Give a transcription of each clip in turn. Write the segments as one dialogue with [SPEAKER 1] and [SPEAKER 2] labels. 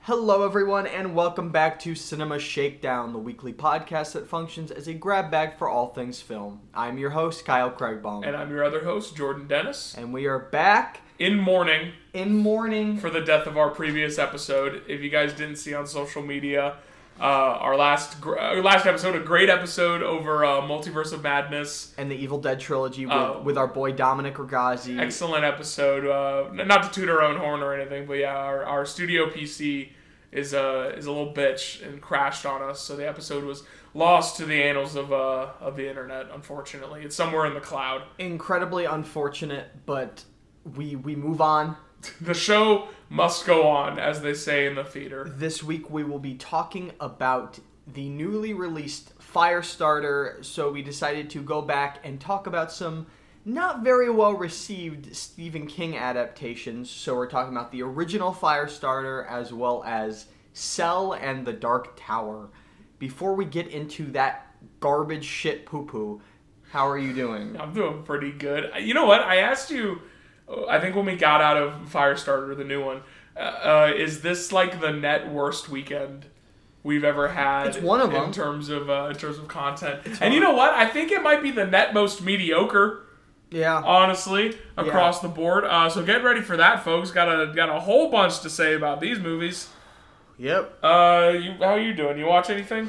[SPEAKER 1] Hello, everyone, and welcome back to Cinema Shakedown, the weekly podcast that functions as a grab bag for all things film. I'm your host, Kyle Craigbaum,
[SPEAKER 2] And I'm your other host, Jordan Dennis.
[SPEAKER 1] and we are back
[SPEAKER 2] In mourning
[SPEAKER 1] in mourning.
[SPEAKER 2] for the death of our previous episode. If you guys didn't see on social media, uh, our last gr- our last episode, a great episode over uh, Multiverse of Madness.
[SPEAKER 1] And the Evil Dead trilogy with,
[SPEAKER 2] Oh.
[SPEAKER 1] with our boy Dominic Ragazzi.
[SPEAKER 2] Excellent episode. Uh, n- not to toot our own horn or anything, but yeah, our, our studio PC is a is a little bitch and crashed on us, so the episode was lost to the annals of uh, of the internet. Unfortunately, it's somewhere in the cloud.
[SPEAKER 1] Incredibly unfortunate, but we we move on.
[SPEAKER 2] The show must go on, as they say in the theater.
[SPEAKER 1] This week we will be talking about the newly released Firestarter, so we decided to go back and talk about some not very well received Stephen King adaptations. So we're talking about the original Firestarter as well as Cell and the Dark Tower. Before we get into that garbage shit poo poo, how are you doing?
[SPEAKER 2] I'm doing pretty good. You know what? I asked you. uh, I think when we got out of Firestarter, the new one, uh, uh, is this like the net worst weekend we've ever had?
[SPEAKER 1] It's one of
[SPEAKER 2] in
[SPEAKER 1] them.
[SPEAKER 2] terms of uh, in terms of content. and you know what? I think it might be the net most mediocre,
[SPEAKER 1] Yeah.
[SPEAKER 2] honestly, across the board. Uh, so get ready for that, folks. Got a got a whole bunch to say about these movies.
[SPEAKER 1] Yep.
[SPEAKER 2] Uh, you, how you doing? You watch anything?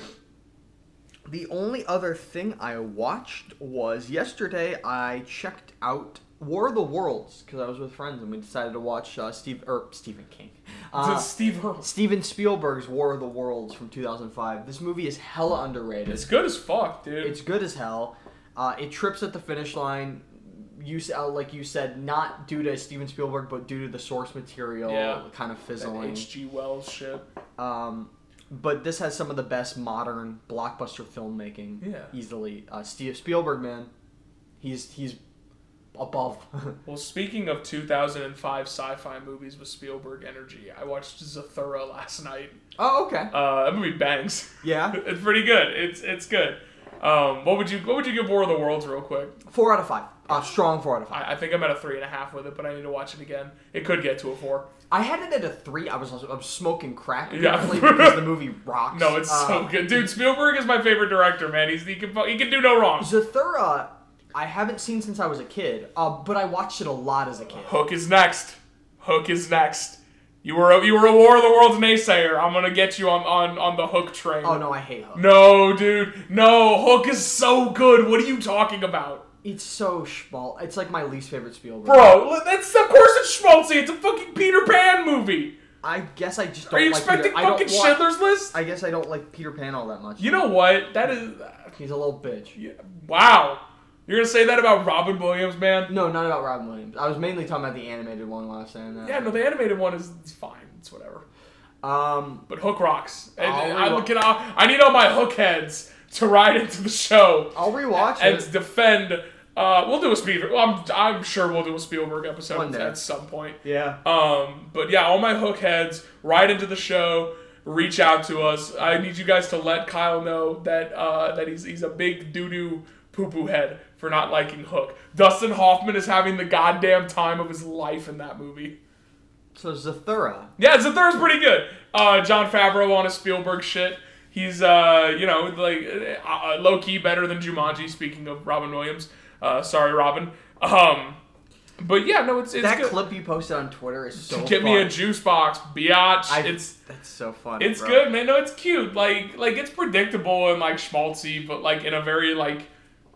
[SPEAKER 1] The only other thing I watched was yesterday. I checked out War of the Worlds because I was with friends and we decided to watch uh, Steve or Stephen King, uh,
[SPEAKER 2] Is it Steve Earle?
[SPEAKER 1] Steven Spielberg's War of the Worlds from 2005. This movie is hella underrated.
[SPEAKER 2] It's
[SPEAKER 1] It's,
[SPEAKER 2] good as fuck, dude.
[SPEAKER 1] good as hell. Uh, it trips at the finish line. You s- uh, like you said, not due to Steven Spielberg, but due to the source material
[SPEAKER 2] Yeah.
[SPEAKER 1] kind of
[SPEAKER 2] That
[SPEAKER 1] fizzling.
[SPEAKER 2] H.G. Wells shit.
[SPEAKER 1] Um, but this has some of the best modern blockbuster filmmaking.
[SPEAKER 2] Yeah.
[SPEAKER 1] Easily. Uh, Steve Spielberg, man, he's he's above.
[SPEAKER 2] Well, speaking of 2005 sci-fi movies with Spielberg energy, I watched Zathura last night.
[SPEAKER 1] oh, okay.
[SPEAKER 2] Uh, that movie bangs.
[SPEAKER 1] Yeah.
[SPEAKER 2] it's pretty good. It's it's good. Um, what would you What would you give War of the Worlds real quick?
[SPEAKER 1] Four out of five. Uh, strong four out of five.
[SPEAKER 2] I, I think I'm at a three and a half with it, but I need to watch it again. It could get to a four.
[SPEAKER 1] I had it at a three. I was I was smoking crack
[SPEAKER 2] Yeah.
[SPEAKER 1] apparently because the movie rocks. Um,
[SPEAKER 2] No, it's
[SPEAKER 1] Uh,
[SPEAKER 2] so good, dude. Spielberg is my favorite director, man. He's he can he can do no wrong.
[SPEAKER 1] so. Zathura, I haven't seen since I was a kid. Uh, but I watched it a lot as a kid.
[SPEAKER 2] Hook is next. Hook is next. You were a, you were a War of the Worlds naysayer. I'm gonna get you on on on the Hook train.
[SPEAKER 1] Oh no, I hate Hook.
[SPEAKER 2] No, dude. No, Hook is so good. What are you talking about?
[SPEAKER 1] It's so schmal. It's like my least favorite Spielberg.
[SPEAKER 2] Bro, li- that's of course it's schmaltzy. It's a fucking Peter Pan movie.
[SPEAKER 1] I guess I just don't
[SPEAKER 2] Are you
[SPEAKER 1] like
[SPEAKER 2] expecting
[SPEAKER 1] Peter. I don't
[SPEAKER 2] fucking
[SPEAKER 1] want-
[SPEAKER 2] Schindler's List?
[SPEAKER 1] I guess I don't like Peter Pan all that much.
[SPEAKER 2] you know what? That is.
[SPEAKER 1] He's a little bitch.
[SPEAKER 2] yeah, Wow. You're gonna say that about Robin Williams, man?
[SPEAKER 1] No, not about Robin Williams. I was mainly talking about the animated one when I was saying that.
[SPEAKER 2] Yeah, no, the animated one is it's fine. It's whatever.
[SPEAKER 1] Um,
[SPEAKER 2] But Hook rocks. And,
[SPEAKER 1] I'll
[SPEAKER 2] and I
[SPEAKER 1] rewa-
[SPEAKER 2] look at all, I need all my Hook heads to ride into the show
[SPEAKER 1] I'll rewatch
[SPEAKER 2] and
[SPEAKER 1] it.
[SPEAKER 2] defend. Uh, we'll do a Spielberg. well, I'm, I'm sure we'll do a Spielberg
[SPEAKER 1] One
[SPEAKER 2] episode
[SPEAKER 1] day.
[SPEAKER 2] at some point.
[SPEAKER 1] Yeah.
[SPEAKER 2] Um, but yeah, all my hook heads right into the show. Reach out to us. I need you guys to let Kyle know that uh, that he's he's a big doo doo poo poo head for not liking Hook. Dustin Hoffman is having the goddamn time of his life in that movie.
[SPEAKER 1] So Zathura.
[SPEAKER 2] Yeah, Zathura's pretty good. Uh, John Favreau on a Spielberg shit. He's uh, you know like uh, low key better than Jumanji. Speaking of Robin Williams, uh, sorry Robin. Um, but yeah, no, it's it's
[SPEAKER 1] That
[SPEAKER 2] good.
[SPEAKER 1] clip you posted on Twitter is so.
[SPEAKER 2] Get me a
[SPEAKER 1] fun.
[SPEAKER 2] juice box, biatch.
[SPEAKER 1] I-
[SPEAKER 2] it's
[SPEAKER 1] That's so fun.
[SPEAKER 2] it's
[SPEAKER 1] bro.
[SPEAKER 2] good, man. No, it's cute. Like like it's predictable and like schmaltzy, but like in a very like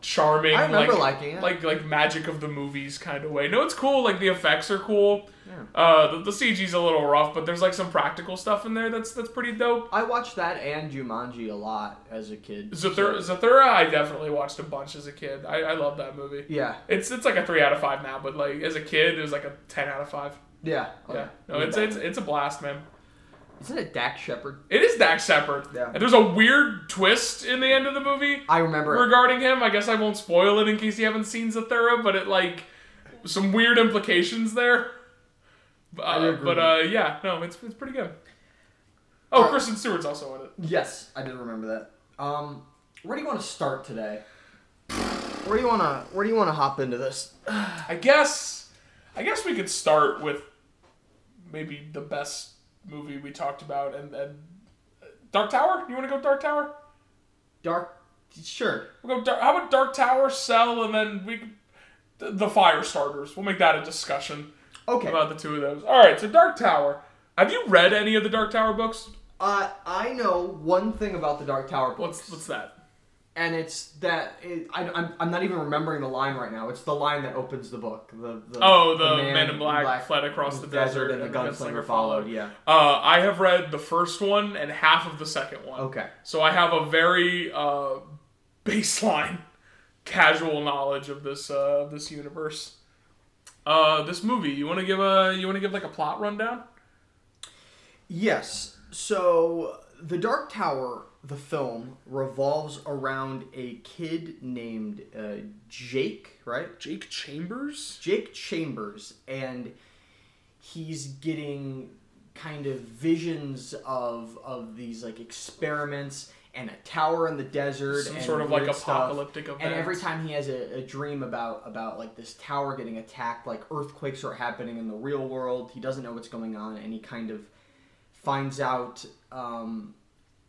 [SPEAKER 2] charming,
[SPEAKER 1] I remember
[SPEAKER 2] like,
[SPEAKER 1] liking it.
[SPEAKER 2] like like magic of the movies kind of way. No, it's cool. Like the effects are cool.
[SPEAKER 1] Yeah.
[SPEAKER 2] Uh, the, the CG's a little rough, but there's like some practical stuff in there that's that's pretty dope.
[SPEAKER 1] I watched that and Jumanji a lot as a kid.
[SPEAKER 2] Zathura,
[SPEAKER 1] so-
[SPEAKER 2] Zathura I definitely watched a bunch as a kid. I, I love that movie.
[SPEAKER 1] Yeah.
[SPEAKER 2] It's it's like a three out of five now, but like as a kid, it was like a ten out of five.
[SPEAKER 1] Oh, Yeah.
[SPEAKER 2] Yeah,
[SPEAKER 1] okay.
[SPEAKER 2] no, it's it's it's a blast, man.
[SPEAKER 1] Isn't it Dak Shepard?
[SPEAKER 2] It is Dax Shepard.
[SPEAKER 1] Yeah.
[SPEAKER 2] And there's a weird twist in the end of the movie
[SPEAKER 1] I remember. it.
[SPEAKER 2] regarding him. I guess I won't spoil it in case you haven't seen Zathura, but it like some weird implications there. Uh,
[SPEAKER 1] agree.
[SPEAKER 2] but uh, yeah, no, it's it's pretty good. Oh,
[SPEAKER 1] Alright.
[SPEAKER 2] Kristen Stewart's also in it.
[SPEAKER 1] Yes, I did remember that. Um, where do you want to start today? Where do you want to Where do you want to hop into this?
[SPEAKER 2] I guess I guess we could start with maybe the best movie we talked about and, and uh, Dark Tower? You want to go Dark Tower?
[SPEAKER 1] Dark. Sure.
[SPEAKER 2] We'll go Dark, how about Dark Tower, Cell, and then we the, the Fire Starters. We'll make that a discussion
[SPEAKER 1] Okay.
[SPEAKER 2] about the two of those. All right, so Dark Tower. Have you read any of the Dark Tower books?
[SPEAKER 1] Uh, I know one thing about the Dark Tower books,
[SPEAKER 2] What's what's that?
[SPEAKER 1] and it's that it, I, I'm, I'm not even remembering the line right now. It's the line that opens the book. The, the
[SPEAKER 2] Oh, the Man in Black fled across the desert
[SPEAKER 1] and the
[SPEAKER 2] and the
[SPEAKER 1] gunslinger
[SPEAKER 2] gunslinger
[SPEAKER 1] followed.
[SPEAKER 2] followed.
[SPEAKER 1] Yeah.
[SPEAKER 2] Uh, I have read the first one and half of the second one.
[SPEAKER 1] Okay.
[SPEAKER 2] So I have a very uh, baseline, casual knowledge of this uh, of this universe. Uh, this movie. You want to give a you want to give like a plot rundown?
[SPEAKER 1] Yes. So the Dark Tower, the film, revolves around a kid named uh, Jake, right?
[SPEAKER 2] Jake Chambers.
[SPEAKER 1] Jake Chambers, and he's getting kind of visions of of these like experiments and a tower in the desert,
[SPEAKER 2] Some
[SPEAKER 1] and
[SPEAKER 2] sort of, like,
[SPEAKER 1] weird stuff.
[SPEAKER 2] apocalyptic
[SPEAKER 1] And every
[SPEAKER 2] event.
[SPEAKER 1] time he has a, a dream about about like this tower getting attacked, like earthquakes are happening in the real world. He doesn't know what's going on, and he kind of finds out um,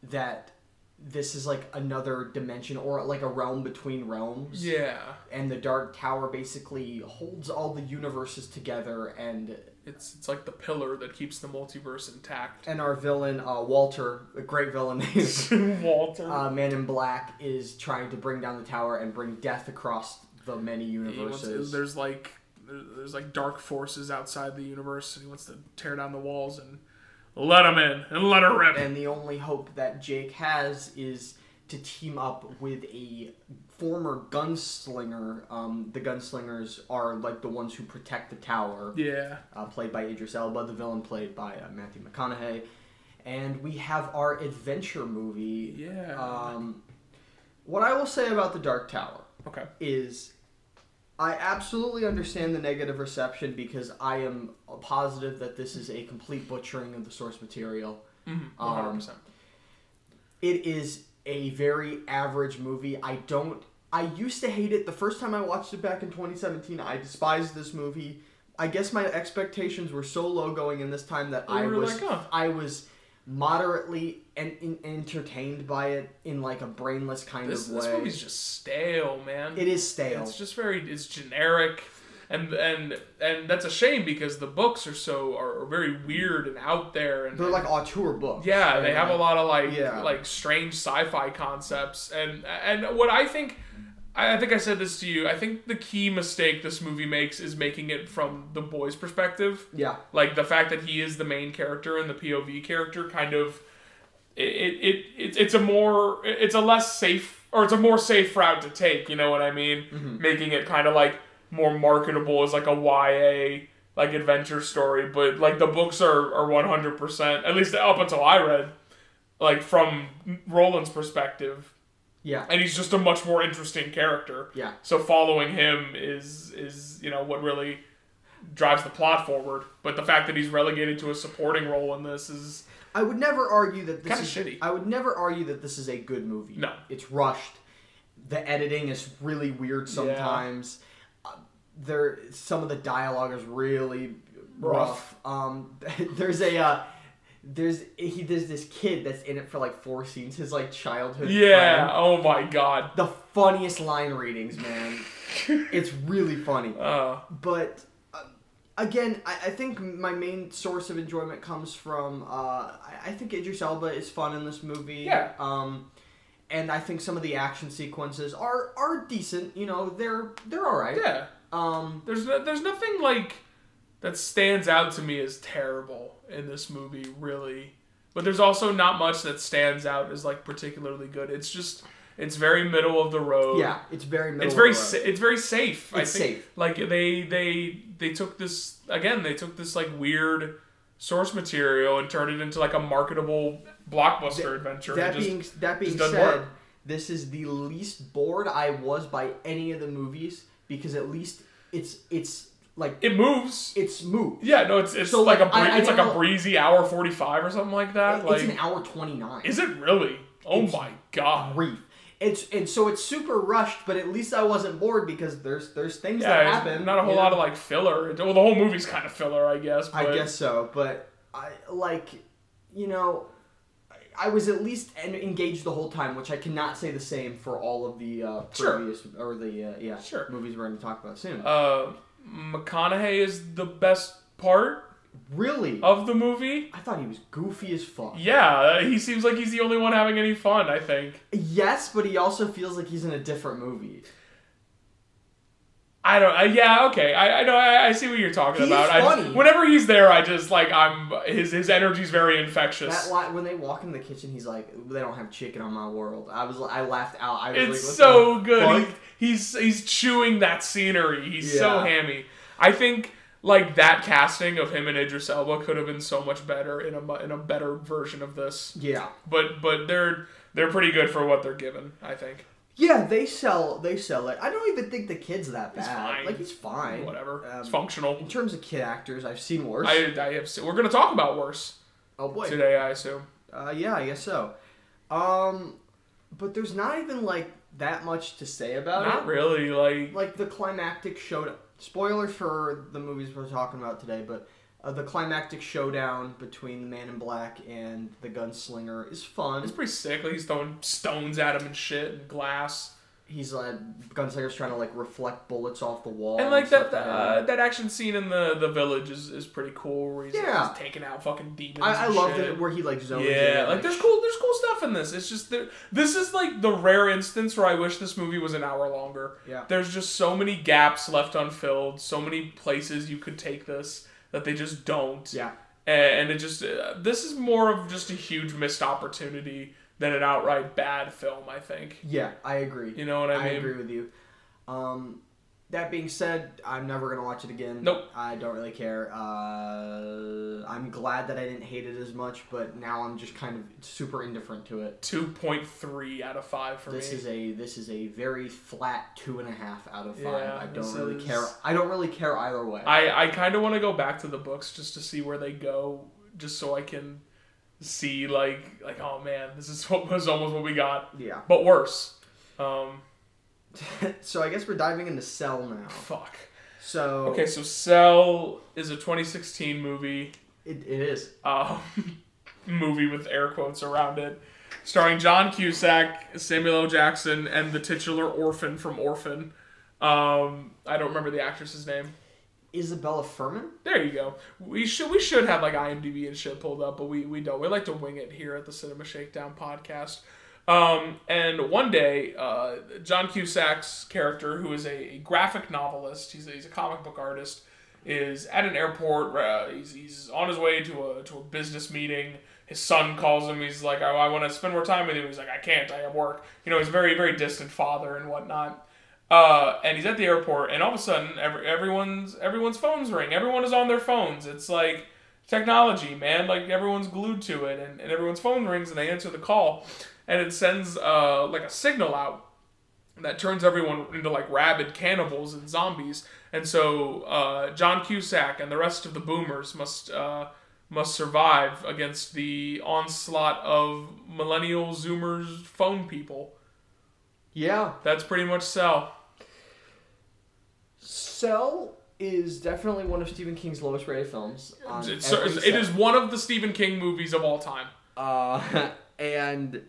[SPEAKER 1] that this is like another dimension or like a realm between realms
[SPEAKER 2] Yeah.
[SPEAKER 1] and the Dark Tower basically holds all the universes together, and
[SPEAKER 2] It's it's like the pillar that keeps the multiverse intact.
[SPEAKER 1] and our villain uh, Walter, a great villain is
[SPEAKER 2] Walter.
[SPEAKER 1] uh, Man in Black, is trying to bring down the tower and bring death across the many
[SPEAKER 2] He wants-
[SPEAKER 1] universes.
[SPEAKER 2] there's like there- there's like dark forces outside the universe, and he wants to tear down the walls and let them in and let her rip.
[SPEAKER 1] And the only hope that Jake has is to team up with a former gunslinger. Um, the gunslingers are like the ones who protect the tower.
[SPEAKER 2] yeah.
[SPEAKER 1] uh, played by Idris Elba, the villain played by uh, Matthew McConaughey. And we have our adventure movie.
[SPEAKER 2] Yeah.
[SPEAKER 1] Um, what I will say about The Dark Tower
[SPEAKER 2] Okay.
[SPEAKER 1] is I absolutely understand the negative reception because I am positive that this is a complete butchering of the source material.
[SPEAKER 2] Mhm,
[SPEAKER 1] Um,
[SPEAKER 2] 100%.
[SPEAKER 1] It is a very average movie. I don't. I used to hate it the first time I watched it back in 2017. I despised this movie. I guess my expectations were so low going in this time that
[SPEAKER 2] You
[SPEAKER 1] I
[SPEAKER 2] were
[SPEAKER 1] was
[SPEAKER 2] like, "Huh."
[SPEAKER 1] I was moderately and in, entertained by it in like a brainless kind
[SPEAKER 2] This,
[SPEAKER 1] of
[SPEAKER 2] this
[SPEAKER 1] way.
[SPEAKER 2] movie's just stale, man.
[SPEAKER 1] it is stale.
[SPEAKER 2] It's just very it's generic, and and and that's a shame because the books are so are, are very weird and out there and
[SPEAKER 1] They're like auteur books.
[SPEAKER 2] Yeah, they
[SPEAKER 1] And,
[SPEAKER 2] have a
[SPEAKER 1] like,
[SPEAKER 2] lot of like
[SPEAKER 1] Yeah.
[SPEAKER 2] like strange sci-fi concepts, and and what I think, I I think I said this to you. I think the key mistake this movie makes is making it from the boy's perspective.
[SPEAKER 1] Yeah.
[SPEAKER 2] Like the fact that he is the main character and the POV character kind of, it it, it it's it's a more it's a less safe or it's a more safe route to take. You know what I mean? Making it kind of like more marketable as like a YA like adventure story, but like the books are are one hundred percent at least up until I read, like from Roland's perspective,
[SPEAKER 1] Yeah.
[SPEAKER 2] and he's just a much more interesting character.
[SPEAKER 1] Yeah.
[SPEAKER 2] So following him is is you know what really drives the plot forward. But the fact that he's relegated to a supporting role in this is
[SPEAKER 1] I would never argue that this
[SPEAKER 2] Kinda
[SPEAKER 1] is.
[SPEAKER 2] shitty.
[SPEAKER 1] I would never argue that this is a good movie.
[SPEAKER 2] No.
[SPEAKER 1] it's rushed. The editing is really weird sometimes. Uh, there, some of the dialogue is really rough.
[SPEAKER 2] Rough.
[SPEAKER 1] Um, there's a. Uh, there's he there's this kid that's in it for like four scenes. His like childhood.
[SPEAKER 2] yeah.
[SPEAKER 1] friend.
[SPEAKER 2] Oh my god.
[SPEAKER 1] The funniest line readings, man. it's really funny
[SPEAKER 2] Uh,
[SPEAKER 1] but uh, again, I, I think my main source of enjoyment comes from uh, I, I think Idris Elba is fun in this movie.
[SPEAKER 2] Yeah.
[SPEAKER 1] Um, and I think some of the action sequences are are decent. You know, they're they're all right.
[SPEAKER 2] yeah.
[SPEAKER 1] Um,
[SPEAKER 2] There's no, there's nothing like that stands out to me as terrible in this movie really. But there's also not much that stands out as like particularly good. It's just it's very middle of the road.
[SPEAKER 1] yeah, it's very middle
[SPEAKER 2] it's very
[SPEAKER 1] of the
[SPEAKER 2] sa-
[SPEAKER 1] road.
[SPEAKER 2] it's very safe. I
[SPEAKER 1] It's
[SPEAKER 2] think.
[SPEAKER 1] safe.
[SPEAKER 2] Like they they they took this again. They took this like weird source material and turn it into like a marketable blockbuster adventure.
[SPEAKER 1] That
[SPEAKER 2] It just-
[SPEAKER 1] being that being
[SPEAKER 2] doesn't
[SPEAKER 1] said,
[SPEAKER 2] work.
[SPEAKER 1] this is the least bored I was by any of the movies because at least it's it's like
[SPEAKER 2] it moves.
[SPEAKER 1] it's moved.
[SPEAKER 2] yeah, no, it's it's
[SPEAKER 1] So,
[SPEAKER 2] like,
[SPEAKER 1] like,
[SPEAKER 2] a bree-
[SPEAKER 1] I- I
[SPEAKER 2] it's like a
[SPEAKER 1] didn't-
[SPEAKER 2] breezy hour forty five or something like that.
[SPEAKER 1] it's
[SPEAKER 2] like,
[SPEAKER 1] an hour twenty nine.
[SPEAKER 2] is it really? Oh my god!
[SPEAKER 1] brief. It's and so it's super rushed, but at least I wasn't bored because there's there's things that
[SPEAKER 2] Yeah,
[SPEAKER 1] happen.
[SPEAKER 2] it's not a whole
[SPEAKER 1] you know?
[SPEAKER 2] lot of like filler. It- Well, the whole movie's kind of filler, I guess. But
[SPEAKER 1] I guess so, but I like, you know, I- I was at least en- engaged the whole time, which I cannot say the same for all of the uh,
[SPEAKER 2] Sure.
[SPEAKER 1] previous or the uh, yeah
[SPEAKER 2] Sure.
[SPEAKER 1] movies we're going to talk about soon.
[SPEAKER 2] uh, McConaughey is the best part
[SPEAKER 1] really,
[SPEAKER 2] of the movie.
[SPEAKER 1] I thought he was goofy as fuck.
[SPEAKER 2] oh. Yeah, he seems like he's the only one having any fun. I think.
[SPEAKER 1] Yes, but he also feels like he's in a different movie.
[SPEAKER 2] I don't. Uh, yeah, okay. I, I know. I, I see what you're talking
[SPEAKER 1] He's
[SPEAKER 2] about. I just-
[SPEAKER 1] funny.
[SPEAKER 2] whenever he's there, I just like I'm. His his energy's very infectious.
[SPEAKER 1] That lot when they walk in the kitchen, he's like, "They don't have chicken on my world." I was, I laughed out. I was
[SPEAKER 2] it's
[SPEAKER 1] like, what
[SPEAKER 2] so
[SPEAKER 1] the
[SPEAKER 2] good.
[SPEAKER 1] fuck?
[SPEAKER 2] He, he's he's chewing that scenery. He's so
[SPEAKER 1] Yeah.
[SPEAKER 2] hammy. I think like that casting of him and Idris Elba could have been so much better in a mu- in a better version of this.
[SPEAKER 1] Yeah,
[SPEAKER 2] But but they're they're pretty good for what they're given. I think.
[SPEAKER 1] yeah. They sell, they sell it. I don't even think the kid's that bad.
[SPEAKER 2] fine.
[SPEAKER 1] Like he's fine.
[SPEAKER 2] Whatever.
[SPEAKER 1] Um,
[SPEAKER 2] it's functional.
[SPEAKER 1] In terms of kid actors, I've seen worse.
[SPEAKER 2] I, I have. se- We're gonna talk about worse
[SPEAKER 1] oh boy.
[SPEAKER 2] today. I assume.
[SPEAKER 1] Uh, yeah, I guess so. Um, but there's not even like that much to say about
[SPEAKER 2] Not
[SPEAKER 1] it.
[SPEAKER 2] really. Like
[SPEAKER 1] Like the climactic showdown. Spoiler for the movies we're talking about today, but uh, the climactic showdown between the Man in Black and the gunslinger is fun.
[SPEAKER 2] It's pretty sick. Like he's throwing stones at him and shit and glass.
[SPEAKER 1] He's like gunslinger's trying to like reflect bullets off the wall
[SPEAKER 2] And like that
[SPEAKER 1] stuff
[SPEAKER 2] uh, that action scene in the the village is, is pretty cool. Where he's, like,
[SPEAKER 1] Yeah.
[SPEAKER 2] he's taking out fucking demons.
[SPEAKER 1] I, I
[SPEAKER 2] and
[SPEAKER 1] loved
[SPEAKER 2] shit.
[SPEAKER 1] it where he like zones in.
[SPEAKER 2] Yeah,
[SPEAKER 1] and,
[SPEAKER 2] like there's cool there's cool stuff in this. It's just there, this is like the rare instance where I wish this movie was an hour longer.
[SPEAKER 1] Yeah.
[SPEAKER 2] There's just so many gaps left unfilled, so many places you could take this that they just don't.
[SPEAKER 1] yeah.
[SPEAKER 2] And, and it just uh, this is more of just a huge missed opportunity than an outright bad film, I think.
[SPEAKER 1] Yeah, I agree.
[SPEAKER 2] You know what I mean?
[SPEAKER 1] agree with you. Um, that being said, I'm never gonna watch it again.
[SPEAKER 2] Nope.
[SPEAKER 1] I don't really care. Uh, I'm glad that I didn't hate it as much, but now I'm just kind of super indifferent to it.
[SPEAKER 2] 2.3 out of 5 for
[SPEAKER 1] This
[SPEAKER 2] me.
[SPEAKER 1] is a this is a very flat two and a half out of five.
[SPEAKER 2] Yeah,
[SPEAKER 1] I don't
[SPEAKER 2] this
[SPEAKER 1] really
[SPEAKER 2] is-
[SPEAKER 1] care. I don't really care either way.
[SPEAKER 2] I, I kind of want to go back to the books just to see where they go, just so I can see like like oh man, this is what was almost what we got,
[SPEAKER 1] yeah.
[SPEAKER 2] but worse. Um,
[SPEAKER 1] so I guess we're diving into Cell now.
[SPEAKER 2] fuck.
[SPEAKER 1] So
[SPEAKER 2] Okay, so Cell is a 2016 movie,
[SPEAKER 1] it, it is.
[SPEAKER 2] um, movie with air quotes around it, starring John Cusack, Samuel L. Jackson, and the titular orphan from Orphan. Um, I don't remember the actress's name.
[SPEAKER 1] Isabella Furman.
[SPEAKER 2] There you go. We should we should have like IMDb and shit pulled up, but we we don't. We like to wing it here at the Cinema Shakedown podcast. Um, and one day, uh, John Cusack's character, who is a, a graphic novelist, he's a, he's a comic book artist, is at an airport. Uh, he's, he's on his way to a to a business meeting. His son calls him. He's like, "I, I want to spend more time with you." He's like, "I can't. I have work." You know, he's a very very distant father and whatnot. Uh, and he's at the airport, and all of a sudden, every, everyone's everyone's phones ring. Everyone is on their phones. It's like technology, man. Like everyone's glued to it, and, and everyone's phone rings, and they answer the call, and it sends uh, like a signal out that turns everyone into like rabid cannibals and zombies. And so uh, John Cusack and the rest of the boomers must uh, must survive against the onslaught of millennial Zoomers, phone people.
[SPEAKER 1] Yeah.
[SPEAKER 2] That's pretty much Cell.
[SPEAKER 1] Cell is definitely one of Stephen King's lowest rated films. On
[SPEAKER 2] It's,
[SPEAKER 1] every
[SPEAKER 2] it's- it
[SPEAKER 1] set.
[SPEAKER 2] is one of the Stephen King movies of all time.
[SPEAKER 1] Uh, and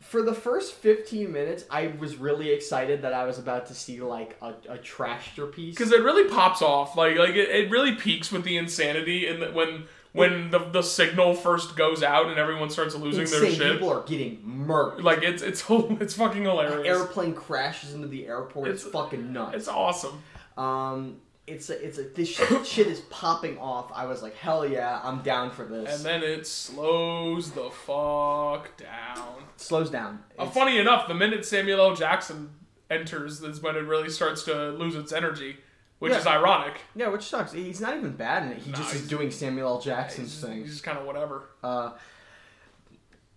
[SPEAKER 1] for the first 15 minutes, I was really excited that I was about to see like a, a trashter piece.
[SPEAKER 2] Because it really pops off. Like like it, it really peaks with the insanity and the- when when the, the signal first goes out and everyone starts losing their
[SPEAKER 1] insane
[SPEAKER 2] shit.
[SPEAKER 1] people are getting murked.
[SPEAKER 2] Like it's it's it's fucking hilarious.
[SPEAKER 1] Airplane crashes into the airport. It's,
[SPEAKER 2] It's-
[SPEAKER 1] fucking nuts.
[SPEAKER 2] It's awesome.
[SPEAKER 1] um, it's a, it's a, this shit, shit is popping off. I was like, hell yeah, I'm down for this.
[SPEAKER 2] And then it slows the fuck down.
[SPEAKER 1] slows down.
[SPEAKER 2] Uh,
[SPEAKER 1] It's-
[SPEAKER 2] funny enough, the minute Samuel L. Jackson enters is when it really starts to lose its energy. which
[SPEAKER 1] Yeah.
[SPEAKER 2] is ironic.
[SPEAKER 1] Yeah, which sucks. He's not even bad in it. He
[SPEAKER 2] Nah,
[SPEAKER 1] just is
[SPEAKER 2] he's-
[SPEAKER 1] doing Samuel L. Jackson's
[SPEAKER 2] He's,
[SPEAKER 1] thing.
[SPEAKER 2] he's just kind of whatever.
[SPEAKER 1] Uh,